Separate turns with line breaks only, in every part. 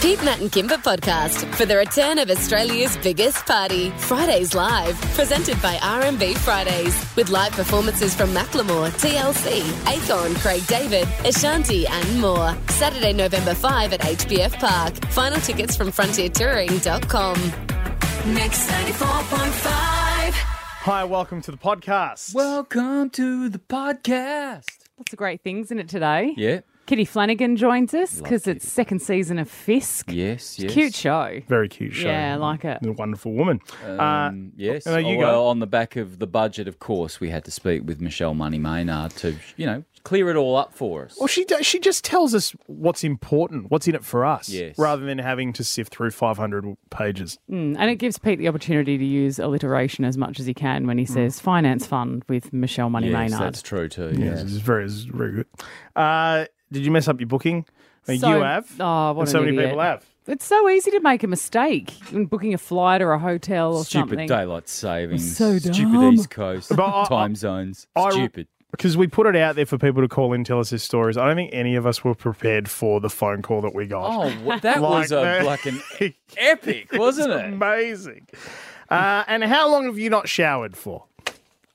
Pete, Matt, and Kimber podcast for the return of Australia's biggest party, Fridays Live, presented by R&B Fridays, with live performances from Macklemore, TLC, Akon, Craig David, Ashanti, and more. Saturday, November 5 at HBF Park. Final tickets from frontiertouring.com.
Mix 94.5.
Hi, welcome to the podcast.
Welcome to the podcast.
Lots of great things in it today.
Yeah.
Kitty Flanagan joins us
Love
because it's second season of Fisk.
Yes. Yes.
Cute show.
very cute show.
Yeah, I like it.
And A wonderful woman.
Um, yes.
and there you
Oh,
go.
well, on the back of the budget, of course, we had to speak with Michelle Money Maynard to, you know, clear it all up for us.
well, she do- she just tells us what's important, what's in it for us,
Yes.
rather than having to sift through 500 pages.
Mm, And it gives Pete the opportunity to use alliteration as much as he can when he says finance fund with Michelle Money
Mm. yes,
Maynard.
that's true too.
Yes,
Yes.
it's very, it's very good. Uh, did you mess up your booking? I mean,
So-
you have.
Oh, what
and
an
so many
idiot.
people have.
It's so easy to make a mistake in booking a flight or a hotel or
Stupid
something.
daylight savings.
So
Stupid
dumb.
East Coast.
But I-
time zones.
I-
Stupid.
Because we put it out there for people to call in, tell us their stories. I don't think any of us were prepared for the phone call that we got.
Oh, what, that
Like
was a,
that.
like an epic, wasn't it?
Amazing. Uh, and how long have you not showered for?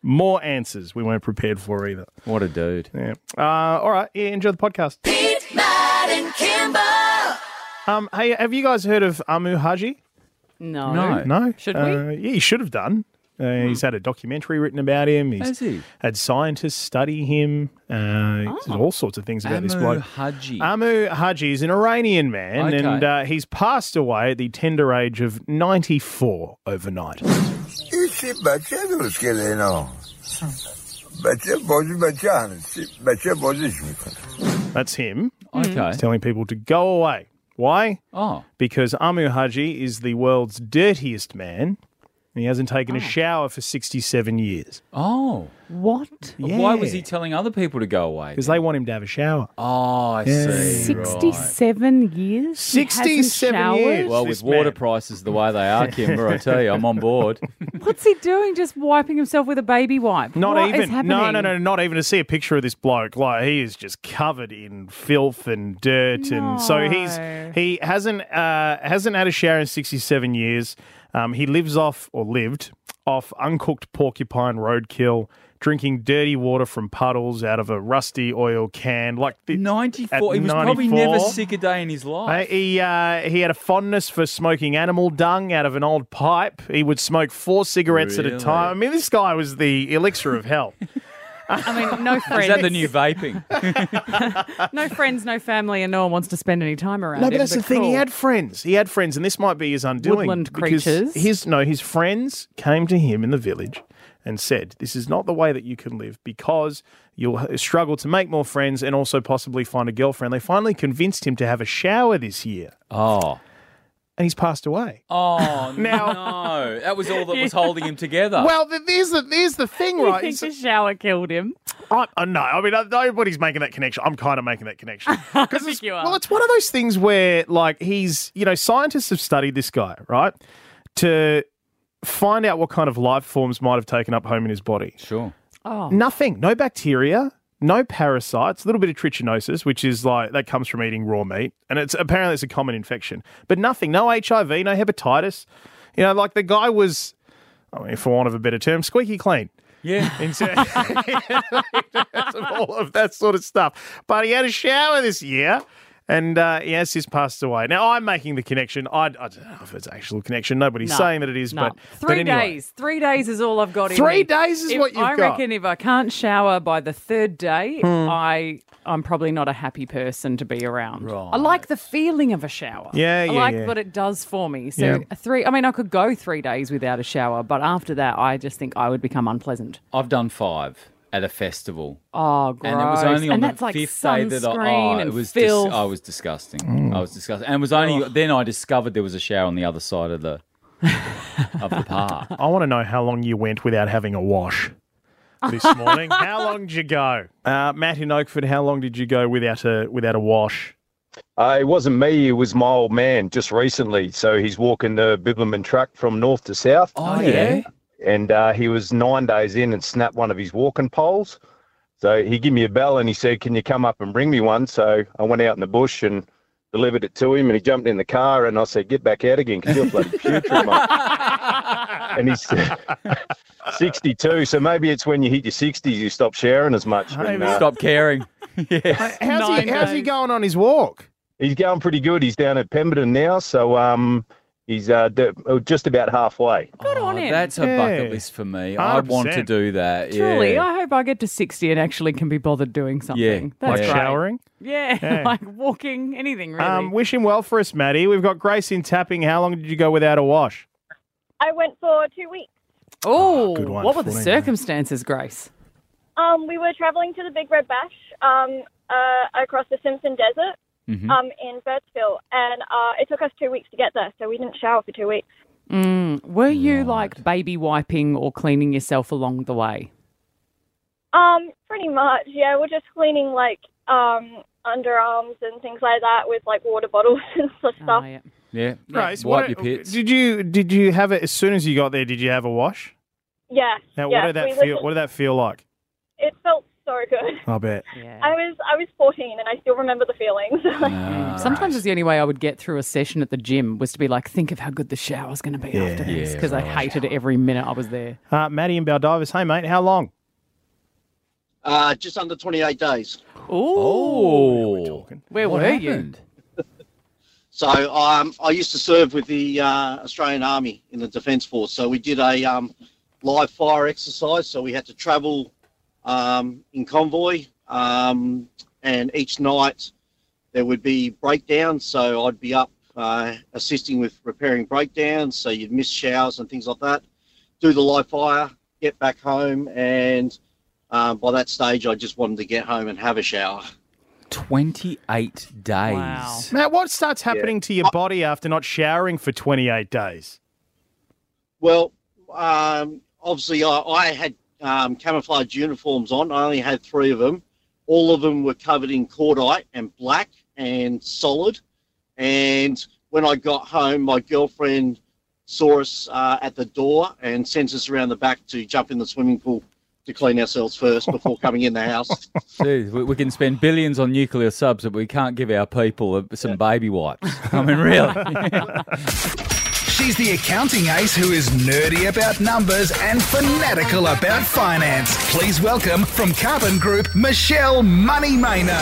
More answers we weren't prepared for either.
What a dude.
Yeah. Uh, all right. Yeah, enjoy the podcast.
Pete, Matt, and Kimber.
Um, hey, have you guys heard of Amu Haji?
No.
No.
No.
Should
Uh, yeah, you should have done. Uh, He's had a documentary written about him. He's
Has he? Oh.
had scientists study him. Uh, there's all sorts of things about this
Amu
bloke. Um,
Haji.
Amu Haji is an Iranian man,
Okay.
and uh, he's passed away at the tender age of 94 overnight.
سی بچه درست کرده اینا بچه بازی بچه هنوز بچه بازیش میکنه
That's him
okay.
Mm.
telling people to go away. Why?
Oh,
Because Amu Haji is the world's dirtiest man, and he hasn't taken a shower for 67 years.
oh.
What?
But Why was
Yeah.
he telling other people to go away?
Because they want him to have a shower.
Oh, I see. right.
67 years? He hasn't
67
showered?
years.
Well,
This
with water
man.
prices the way they are, Kimber, I tell you, I'm on board.
What's he doing? Just wiping himself with a baby wipe?
Not
What is
even. no, no,
happening?
no, not even to see a picture of this bloke. Like he is just covered in filth and dirt, and so he's
No.
he hasn't uh, hasn't had a shower in sixty seven years. Um, he lives off or lived off uncooked porcupine roadkill, drinking dirty water from puddles out of a rusty oil can. Like the,
94.
At
He was probably
94?
never sick a day in his
Uh,
life.
he uh, he had a fondness for smoking animal dung out of an old pipe. He would smoke four cigarettes at a
Really?
time. I mean, this guy was the elixir of health.
I mean, no friends.
Is that the new vaping?
No friends, no family, and no one wants to spend any time around.
No,
him,
but that's the thing. He
cool.
had friends. He had friends, and this might be his undoing.
Woodland
because
creatures.
His no, his friends came to him in the village and said, "This is not the way that you can live because you'll h- struggle to make more friends and also possibly find a girlfriend." They finally convinced him to have a shower this year,
Oh.
and he's passed away.
Oh,
Now-
no. That was all that was holding him together.
Well, th- there's the there's the thing,
You
right?
think
It's-
the shower killed him?
I, I know. I mean, uh, nobody's making that connection. I'm kind of making that connection. 'Cause it's-
you are.
Well, it's one of those things where, like, he's, you know, scientists have studied this guy, right? To find out what kind of life forms might have taken up home in his body.
sure.
Oh,
Nothing. No bacteria. No parasites, a little bit of trichinosis, which is like that comes from eating raw meat, and it's apparently it's a common infection. But nothing, no HIV, no hepatitis. You know, like the guy was, I mean, for want of a better term, squeaky clean
Yeah.
in ter- of all of that sort of stuff. But he had a shower this year. And uh, he has since passed away. Now I'm making the connection. I, I don't know if it's actual connection. Nobody's
No,
saying that it is,
no.
but but
three
anyway.
days. Three days is all I've got. in
Three
me.
days is
If-
what you've
I
got. Hmm.
reckon if I can't shower by the third day, I I'm probably not a happy person to be around. I like the feeling of a shower.
Yeah, yeah,
I like
yeah.
what it does for me. So
Yeah.
three. I mean, I could go three days without a shower, but after that, I just think I would become unpleasant.
I've done five at a festival.
Oh, gross.
And it was only on
And
the
that's like
fifth day
sunscreen
that I, oh,
and
it was dis-
filth.
I was disgusting.
Mm.
I was disgusting. And it was only then I discovered there was a shower on the other side of the of the park.
I want to know how long you went without having a wash this morning. how long did you go, uh, Matt in Oakford? How long did you go without a without a wash?
Uh, it wasn't me, it was my old man just recently. So he's walking the Bibbleman truck from north to south.
Oh, yeah.
And uh, he was nine days in and snapped one of his walking poles. So he gave me a bell and he said, Can you come up and bring me one? So I went out in the bush and delivered it to him, and he jumped in the car, and I said, "Get back out again, because you're bloody putrid, mate."
Oh,
And he's 62, so maybe it's when you hit your 60s you stop sharing as much. And, uh,
Stop caring.
How's,
yes.
he,
Nine
how's he
days.
going on his walk?
He's going pretty good. He's down at Pemberton now, so um, he's uh, d- oh, just about halfway.
Good on him.
Oh, That's a
Yeah.
bucket list for me. I want to
100%.
do that.
Truly,
yeah.
I hope I get to 60 and actually can be bothered doing something. That's
Like
great.
showering?
Yeah,
Yeah.
like walking, anything really.
Um, wish him well for us, Maddie. We've got Grace in tapping. How long did you go without a wash?
I went for two weeks.
oh,
good one,
what were the
14,
circumstances, Grace?
Um, we were traveling to the Big Red Bash um, uh, across the Simpson Desert
Mm-hmm.
um, in Birdsville, and uh, it took us two weeks to get there, so we didn't shower for two weeks.
Mm, Were you like baby wiping or cleaning yourself along the way?
Um, pretty much, yeah. We're just cleaning like um, underarms and things like that with like water bottles and such stuff.
Oh, yeah.
Yeah.
Grace,
Wipe
what-
your pits.
Did you did you have it as soon as you got there? Did you have a wash?
Yeah.
Now,
yeah,
what did that
we
feel?
literally-
What did that feel like?
It felt so good.
I bet.
I
Mm.
was I was 14 and I still remember the feelings. Like,
Ah,
Sometimes it's the only way I would get through a session at the gym was to be like, think of how good the shower's going to be after this
Yeah,
because I hated every minute I was there.
Uh, Maddie and Baldivis. Hey, mate. How long?
Uh, just under 28 days.
Oh,
Oh.
where
What
were
happened?
So um, I used to serve with the uh, Australian Army in the Defence Force. So we did a um, live fire exercise. So we had to travel um, in convoy, um, and each night there would be breakdowns. So I'd be up uh, assisting with repairing breakdowns. So you'd miss showers and things like that. Do the live fire, get back home, and um, by that stage, I just wanted to get home and have a shower.
28 days.
Wow.
Matt, what starts happening to your body after not showering for 28 days?
Well, um, obviously, I, I had um, camouflage uniforms on. I only had three of them. All of them were covered in cordite and black and solid. And when I got home, my girlfriend saw us uh, at the door and sent us around the back to jump in the swimming pool to clean ourselves first before coming in the house.
Jeez, we, we can spend billions on nuclear subs, but we can't give our people a, some baby wipes. I mean, really.
She's the accounting ace who is nerdy about numbers and fanatical about finance. Please welcome from Carbon Group, Michelle Money Maynard.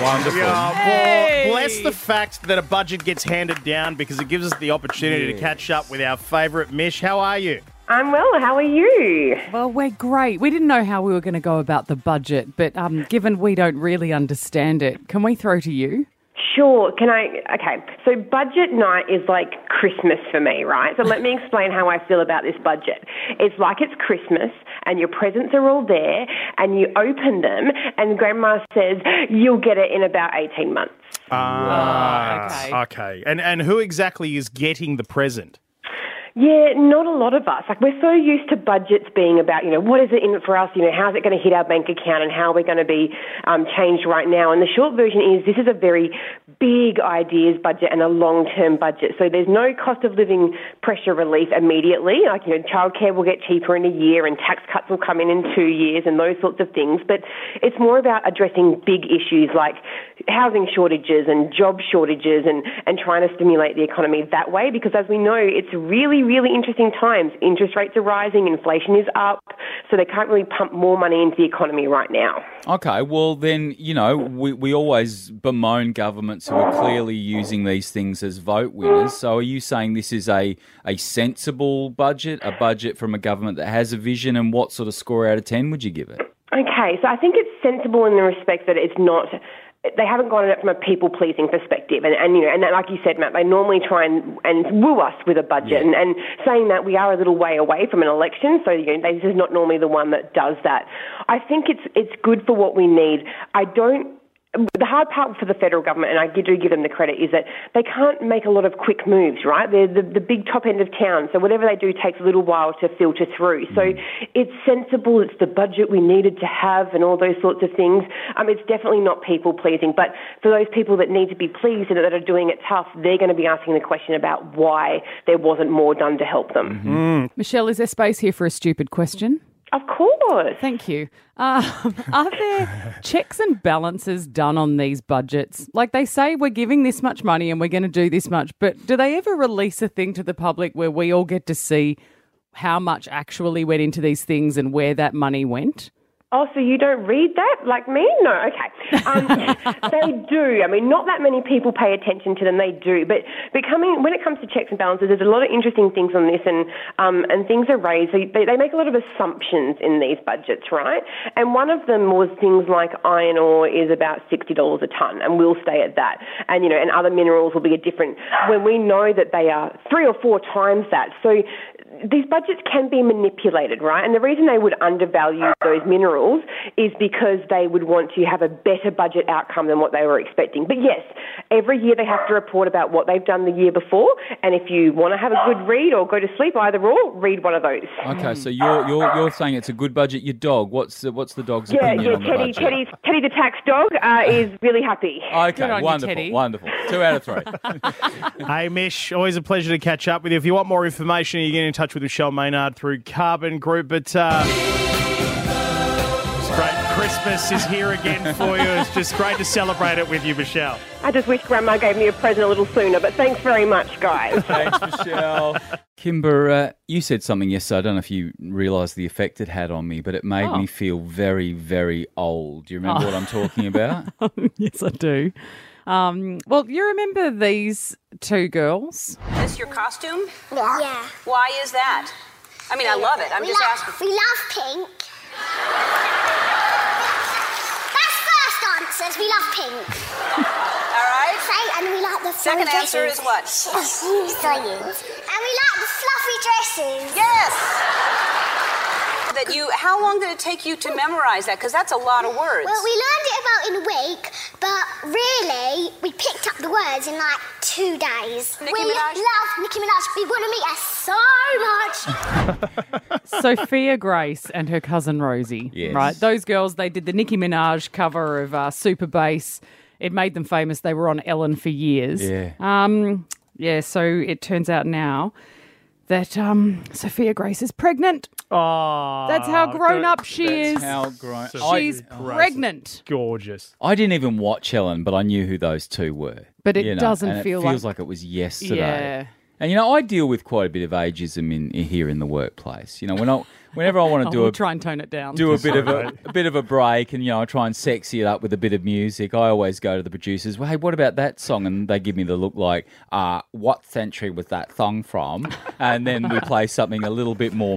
Wonderful.
Well, bless the fact that a budget gets handed down because it gives us the opportunity to catch up with our favourite Mish. How are you?
I'm well. How are you?
Well, we're great. We didn't know how we were going to go about the budget, but um, given we don't really understand it, can we throw to you?
Sure. Can I? Okay. So, budget night is like Christmas for me, right? So, let me explain how I feel about this budget. It's like it's Christmas and your presents are all there and you open them, and grandma says, You'll get it in about 18 months.
okay.
Ah, okay. And and who exactly is getting the present?
Yeah, not a lot of us. Like, we're so used to budgets being about, you know, what is it in it for us? You know, how's it going to hit our bank account and how are we going to be um, changed right now? And the short version is this is a very big ideas budget and a long term budget. So there's no cost of living pressure relief immediately. Like, you know, childcare will get cheaper in a year and tax cuts will come in in two years and those sorts of things. But it's more about addressing big issues like housing shortages and job shortages and, and trying to stimulate the economy that way because as we know it's really really interesting times interest rates are rising inflation is up so they can't really pump more money into the economy right now
Okay, well then, you know, we, we always bemoan governments who are clearly using these things as vote winners. So are you saying this is a, a sensible budget, a budget from a government that has a vision, and what sort of score out of 10 would you give it?
Okay, so I think it's sensible in the respect that it's not. They haven't gone at it from a people pleasing perspective, and, and you know, and that, like you said, Matt, they normally try and, and woo us with a budget. And, and saying that we are a little way away from an election, so you know, this is not normally the one that does that. I think it's it's good for what we need. I don't the hard part for the federal government, and I do give them the credit, is that they can't make a lot of quick moves, right? They're the, the big top end of town, so whatever they do takes a little while to filter through. So it's sensible, it's the budget we needed to have, and all those sorts of things. Um, it's definitely not people pleasing, but for those people that need to be pleased and that are doing it tough, they're going to be asking the question about why there wasn't more done to help them.
Michelle, is there space here for a stupid question?
Of course.
Thank you. Um, are there checks and balances done on these budgets? Like they say, we're giving this much money and we're going to do this much, but do they ever release a thing to the public where we all get to see how much actually went into these things and where that money went?
Oh, so you don't read that like me? No, okay. Um, they do. I mean, not that many people pay attention to them. They do, but but coming when it comes to checks and balances, there's a lot of interesting things on this, and um, and things are raised. They, they make a lot of assumptions in these budgets, right? And one of them was things like iron ore is about sixty dollars a ton, and we'll stay at that. And you know, and other minerals will be a different when we know that they are three or four times that. So these budgets can be manipulated, right? And the reason they would undervalue those minerals is because they would want to have a better budget outcome than what they were expecting. But yes, every year they have to report about what they've done the year before. And if you want to have a good read or go to sleep, either or, read one of those.
Okay, so you're you're you're saying it's a good budget. Your dog. What's the, what's the dog's
Yeah,
opinion
yeah.
on the
Teddy,
budget?
Teddy's, Teddy the tax dog uh, is really happy.
Okay, wonderful, wonderful. Two out of three.
hey, Mish, always a pleasure to catch up with you. If you want more information, you get in touch with Michelle Maynard through Carbon Group. But uh, it's great. Christmas is here again for you. It's just great to celebrate it with you, Michelle.
I just wish Grandma gave me a present a little sooner, but thanks very much, guys.
Thanks, Michelle. Kimber, uh, you said something yesterday. I don't know if you realised the effect it had on me, but it made
Oh.
me feel very, very old. Do you remember
Oh.
what I'm talking about?
yes, I do. Um, well, you remember these two girls?
Is this your costume? Yeah. Why is that? I mean, I love it. I'm
we
just
love,
asking.
We love pink. That's first answers. We love pink. All right. Say, and we like the
Second
furry
answer
dresses.
is what?
Shoes, science. And we like the fluffy dresses. Yes.
That you. How long did it take you to memorize that? Because that's a lot of words.
Well, we learned it about in a week, but really, we picked up the words in like two days.
Nicki
we
Minaj?
love Nicki Minaj. We want to meet her so much.
Sophia Grace and her cousin Rosie.
Yes.
Right? Those girls, they did the Nicki Minaj cover of uh, Super Bass. It made them famous. They were on Ellen for years.
Yeah.
Um, yeah, so it turns out now that um, Sophia Grace is pregnant.
Oh.
That's how grown up she is.
That's how grown-
She's
I-
pregnant.
Gorgeous.
I didn't even watch Helen, but I knew who those two were.
But it doesn't
and it
feel
feels
like-
like it was yesterday.
Yeah.
And you know, I deal with quite a bit of ageism in, in here in the workplace. You know, when I, whenever I want
Oh,
to do
we'll
a
try and tone it down.
do a bit of a, a bit of a break, and you know, I try and sexy it up with a bit of music. I always go to the producers. Well, hey, what about that song? And they give me the look like, uh, what century was that song from? And then we play something a little bit more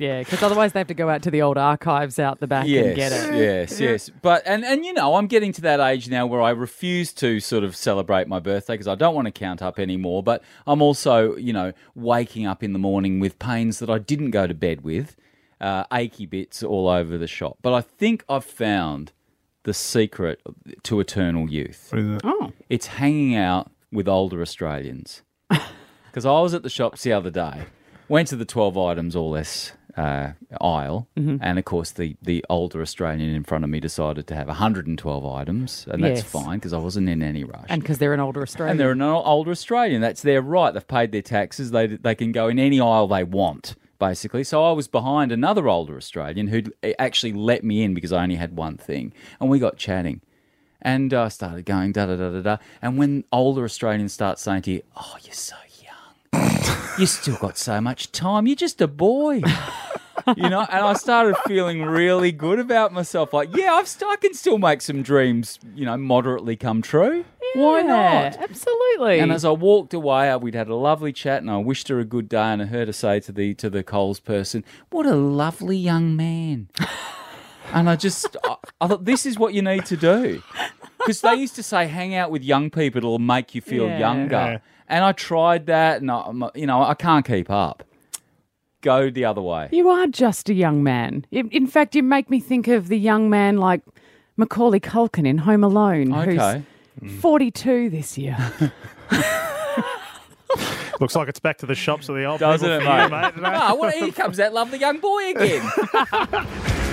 Yeah, because otherwise they have to go out to the old archives out the back and get it.
Yes, yes. But and and you know, I'm getting to that age now where I refuse to sort of celebrate my birthday because I don't want to count up anymore, but I'm also, you know, waking up in the morning with pains that I didn't go to bed with, uh, achy bits all over the shop. But I think I've found the secret to eternal youth. What
is it?
Oh.
It's hanging out with older Australians. Because I was at the shops the other day, went to the 12 items or less uh, aisle,
Mm-hmm.
and of course, the, the older Australian in front of me decided to have 112 items, and that's
Yes.
fine because I wasn't in any rush.
And because they're an older Australian.
And they're an o- older Australian. That's their right. They've paid their taxes. They, they can go in any aisle they want, basically. So I was behind another older Australian who'd eh, actually let me in because I only had one thing. And we got chatting. And I started going da da da da da. And when older Australians start saying to you, oh, you're so young, you still got so much time, you're just a boy. You know, and I started feeling really good about myself. Like, yeah, I've st- I can still make some dreams, you know, moderately come true. Why
Yeah,
not?
Absolutely.
And as I walked away, uh, we'd had a lovely chat, and I wished her a good day, and I heard her say to the to the Coles person, "What a lovely young man." and I just, I, I thought, this is what you need to do, because they used to say, "Hang out with young people; it'll make you feel
Yeah.
younger."
Yeah.
And I tried that, and I, I'm- you know, I can't keep up. Go the other way.
You are just a young man. In in fact, you make me think of the young man like Macaulay Culkin in Home Alone,
Okay.
who's 42 this year.
Looks like it's back to the shops of the old
Doesn't
people
it,
for you,
mate?
mate?
Ah, what, here comes that lovely young boy again.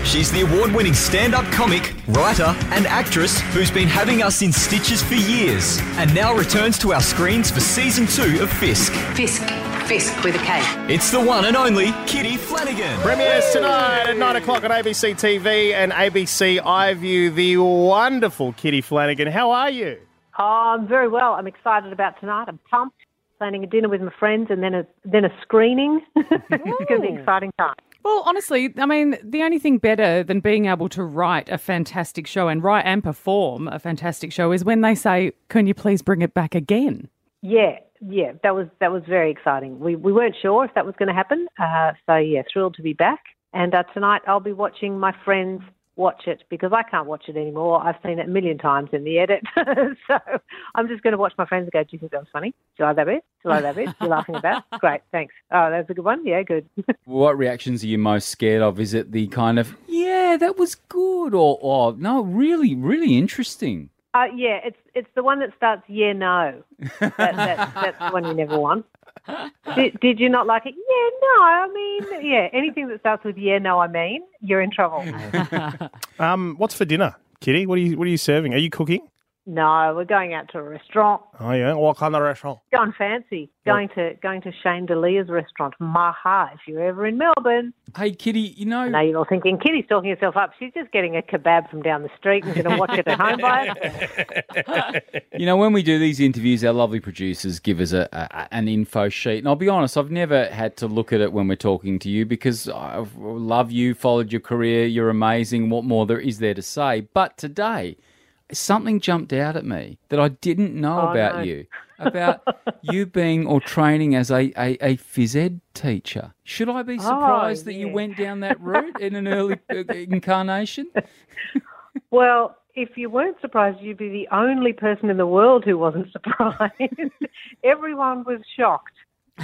She's the award winning stand up comic, writer, and actress who's been having us in stitches for years and now returns to our screens for season two of Fisk.
Fisk.
fist with a K.
It's the one and only Kitty Flanagan. Premieres tonight at 9 o'clock on ABC TV and ABC iView. The wonderful Kitty Flanagan. How are you?
Oh, I'm very well. I'm excited about tonight. I'm pumped. Planning a dinner with my friends and then a then a screening. it's going to be an exciting time.
Well, honestly, I mean, the only thing better than being able to write a fantastic show and write and perform a fantastic show is when they say, "Can you please bring it back again?"
Yeah, yeah, that was that was very exciting. We we weren't sure if that was going to happen, uh, so yeah, thrilled to be back. And uh, tonight I'll be watching my friends watch it because I can't watch it anymore. I've seen it a million times in the edit, so I'm just going to watch my friends go. Do you think that was funny? Do you like that bit? Do you like that bit? You're laughing about? Great, thanks. Oh, that was a good one. Yeah, good.
What reactions are you most scared of? Is it the kind of yeah, that was good, or or no, really, really interesting?
Uh, yeah, it's it's the one that starts yeah no. That, that, that's the one you never want. Did, did you not like it? Yeah, no. I mean, yeah, anything that starts with yeah no, I mean, you're in trouble.
Um, what's for dinner, Kitty? What are you What are you serving? Are you cooking?
no, we're going out to a restaurant.
Oh yeah, what kind of restaurant?
Going fancy. Going to going to Shane Delia's restaurant, Maha. If you're ever in Melbourne.
Hey, Kitty, you know.
Now you're all thinking Kitty's talking herself up. She's just getting a kebab from down the street and going to watch it at home by herself.
You know, when we do these interviews, our lovely producers give us a, a an info sheet, and I'll be honest, I've never had to look at it when we're talking to you because I love you, followed your career, you're amazing. What more there is there to say? But today, something jumped out at me that I didn't know
Oh,
about
no.
you, about you being or training as a a, a phys ed teacher. Should I be surprised that you went down that route in an early uh, incarnation?
Well, if you weren't surprised, you'd be the only person in the world who wasn't surprised. Everyone was shocked.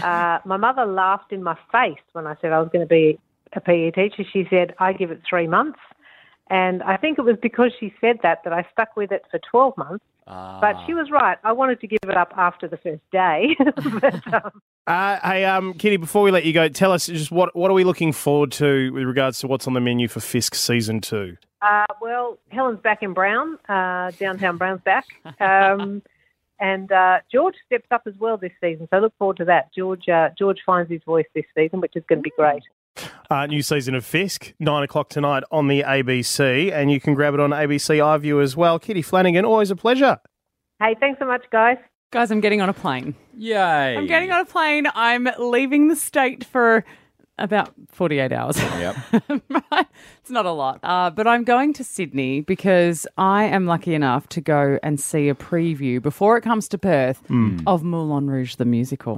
Uh, my mother laughed in my face when I said I was going to be a PE teacher. She said, I give it three months. And I think it was because she said that that I stuck with it for 12 months. But she was right. I wanted to give it up after the first day.
Uh, hey, um, Kitty, before we let you go, tell us just what what are we looking forward to with regards to what's on the menu for Fisk season two?
Uh, well, Helen's back in Brown, uh, downtown Brown's back. Um, and uh, George steps up as well this season, so look forward to that. George uh, George finds his voice this season, which is going to be great.
Uh, new season of Fisk, nine o'clock tonight on the ABC, and you can grab it on ABC iView as well. Kitty Flanagan, always a pleasure.
Hey, thanks so much, guys.
Guys, I'm getting on a plane.
Yay!
I'm getting on a plane. I'm leaving the state for about 48 hours.
Yep.
it's not a lot. Uh, but I'm going to Sydney because I am lucky enough to go and see a preview before it comes to Perth
Mm.
of Moulin Rouge the musical.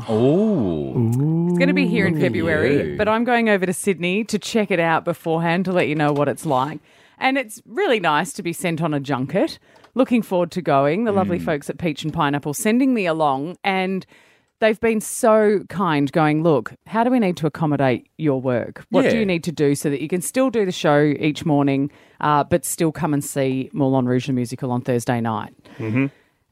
Oh,
It's going to be here in
Ooh.
February,
Yeah.
but I'm going over to Sydney to check it out beforehand to let you know what it's like. And it's really nice to be sent on a junket. Looking forward to going. The lovely folks at Peach and Pineapple sending me along, and they've been so kind going, Look, how do we need to accommodate your work? What do
Yeah.
you need to do so that you can still do the show each morning, uh, but still come and see Moulin Rouge the musical on Thursday night?
Mm-hmm.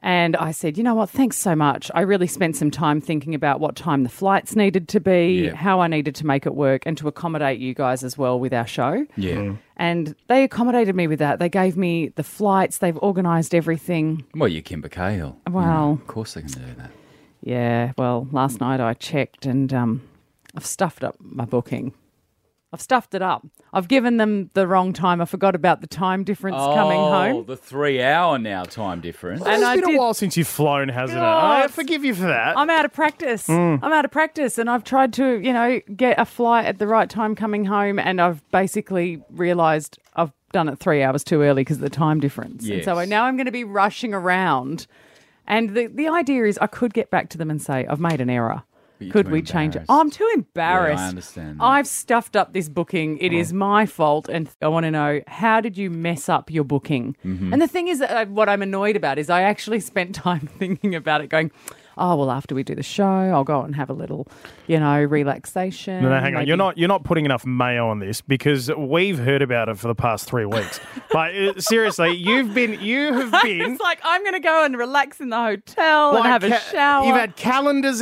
And I said, you know what? Thanks so much. I really spent some time thinking about what time the flights needed to be,
Yeah.
how I needed to make it work, and to accommodate you guys as well with our show.
Yeah.
And they accommodated me with that. They gave me the flights, they've organised everything.
Well, you're Kimber Cahill.
Wow.
Mm, of course they can do that.
Yeah, well, last night I checked and um, I've stuffed up my booking. I've stuffed it up. I've given them the wrong time. I forgot about the time difference coming home.
Oh, the three-hour now time difference.
Well, And it's I been a did-
while since you've flown, hasn't
God.
it? I forgive you for that.
I'm out of practice.
Mm.
I'm out of practice, and I've tried to, you know, get a flight at the right time coming home, and I've basically realised I've done it three hours too early because of the time difference. And so I,
Yes.
now I'm going to be rushing around, and the the idea is I could get back to them and say I've made an error.
But you're
Could
too
we change it?
embarrassed.
Oh, I'm too embarrassed.
Yeah, I understand that.
I've stuffed up this booking. It is
Mm.
my fault, and I want to know how did you mess up your booking?
Mhm.
Mm-hmm.
And the thing is, that I, what I'm annoyed about is I actually spent time thinking about it, going, "Oh well, after we do the show, I'll go out and have a little, you know, relaxation."
No, no, hang on. You're
maybe-
not you're not putting enough mayo on this because we've heard about it for the past three weeks. like uh, seriously, you've been you have been
It's like I'm going to go and relax in the hotel
Like
and have a
ca-
shower.
You've had calendars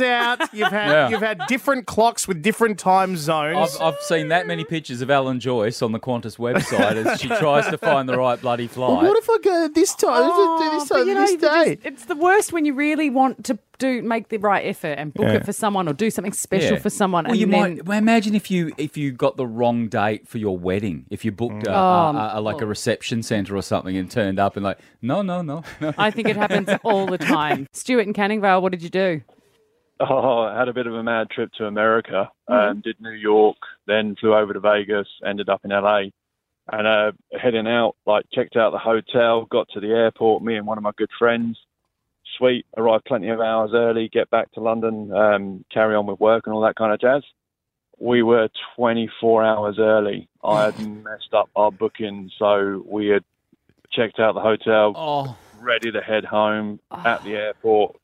out. You've had
Yeah.
you've had different clocks with different time zones.
I've, I've seen that many pictures of Alan Joyce on the Qantas website as she tries to find the right bloody flight.
if I go this time?
Oh, but you know, you just- it's the worst when you really want to do make the right effort and book
Yeah.
it for someone or do something special
Yeah.
for someone.
Well,
and
you
then,
might well, imagine if you if you got the wrong date for your wedding, if you booked a,
Oh,
a, a, like a reception centre or something and turned up and like, no, no, no, no.
I think it happens all the time. Stuart in Canning Vale, what did you do?
Oh, I had a bit of a mad trip to America. Um, did New York, then flew over to Vegas, ended up in LA, and uh, heading out. Like checked out the hotel, got to the airport. Me and one of my good friends. Sweet, arrived plenty of hours early. Get back to London, um, carry on with work and all that kind of jazz. We were 24 hours early. I had messed up our booking, so we had checked out the hotel,
Oh.
ready to head home at the airport,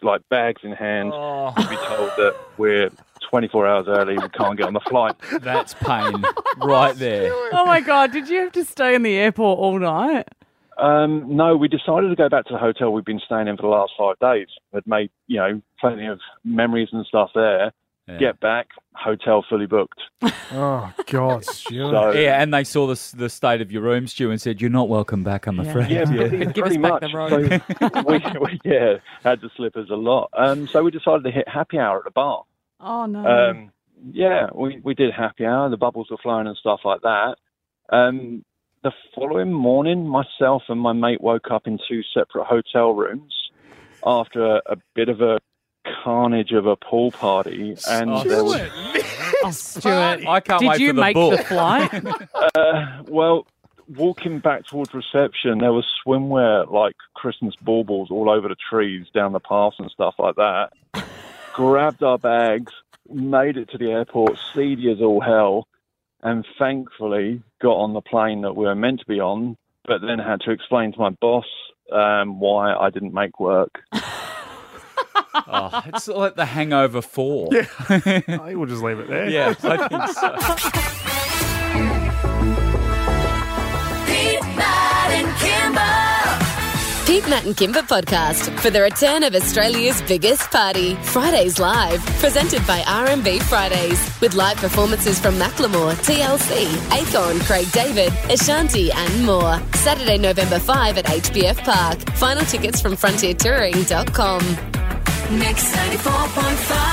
like bags in
Oh.
hand, to be told that we're 24 hours early, we can't get on the flight.
That's pain right there.
Oh my God, did you have to stay in the airport all night?
Um, no, we decided to go back to the hotel we've been staying in for the last five days. Had made you know plenty of memories and stuff there. Get back, hotel fully booked.
Oh God,
So-
yeah, and they saw the s- the state of your room, Stu, and said, "You're not welcome back, I'm afraid."
Yeah, pretty, pretty much. So we, we, yeah, had the slippers a lot. Um, so we decided to hit happy hour at the bar.
Oh no.
Um, yeah, we, we did happy hour. The bubbles were flowing and stuff like that. Um, the following morning, myself and my mate woke up in two separate hotel rooms after a, a bit of a carnage of a pool party, and there was
Oh, Stuart,
I can't
did
wait
you
for the
make
book.
the flight?
Uh, well, walking back towards reception, there was swimwear like Christmas baubles all over the trees, down the paths and stuff like that. Grabbed our bags, made it to the airport, seedy as all hell, and thankfully got on the plane that we were meant to be on, but then had to explain to my boss um, why I didn't make work.
oh, it's like the Hangover Four. Yeah,
we'll just leave it there.
Yeah, I think so.
Pete, Matt, and Kimber.
Pete, Matt, and Kimber podcast for the return of Australia's biggest party. Fridays Live, presented by R&B Fridays, with live performances from Macklemore, TLC, Akon, Craig David, Ashanti, and more. Saturday, November 5 at HBF Park. Final tickets from frontiertouring.com.
Next 94.5.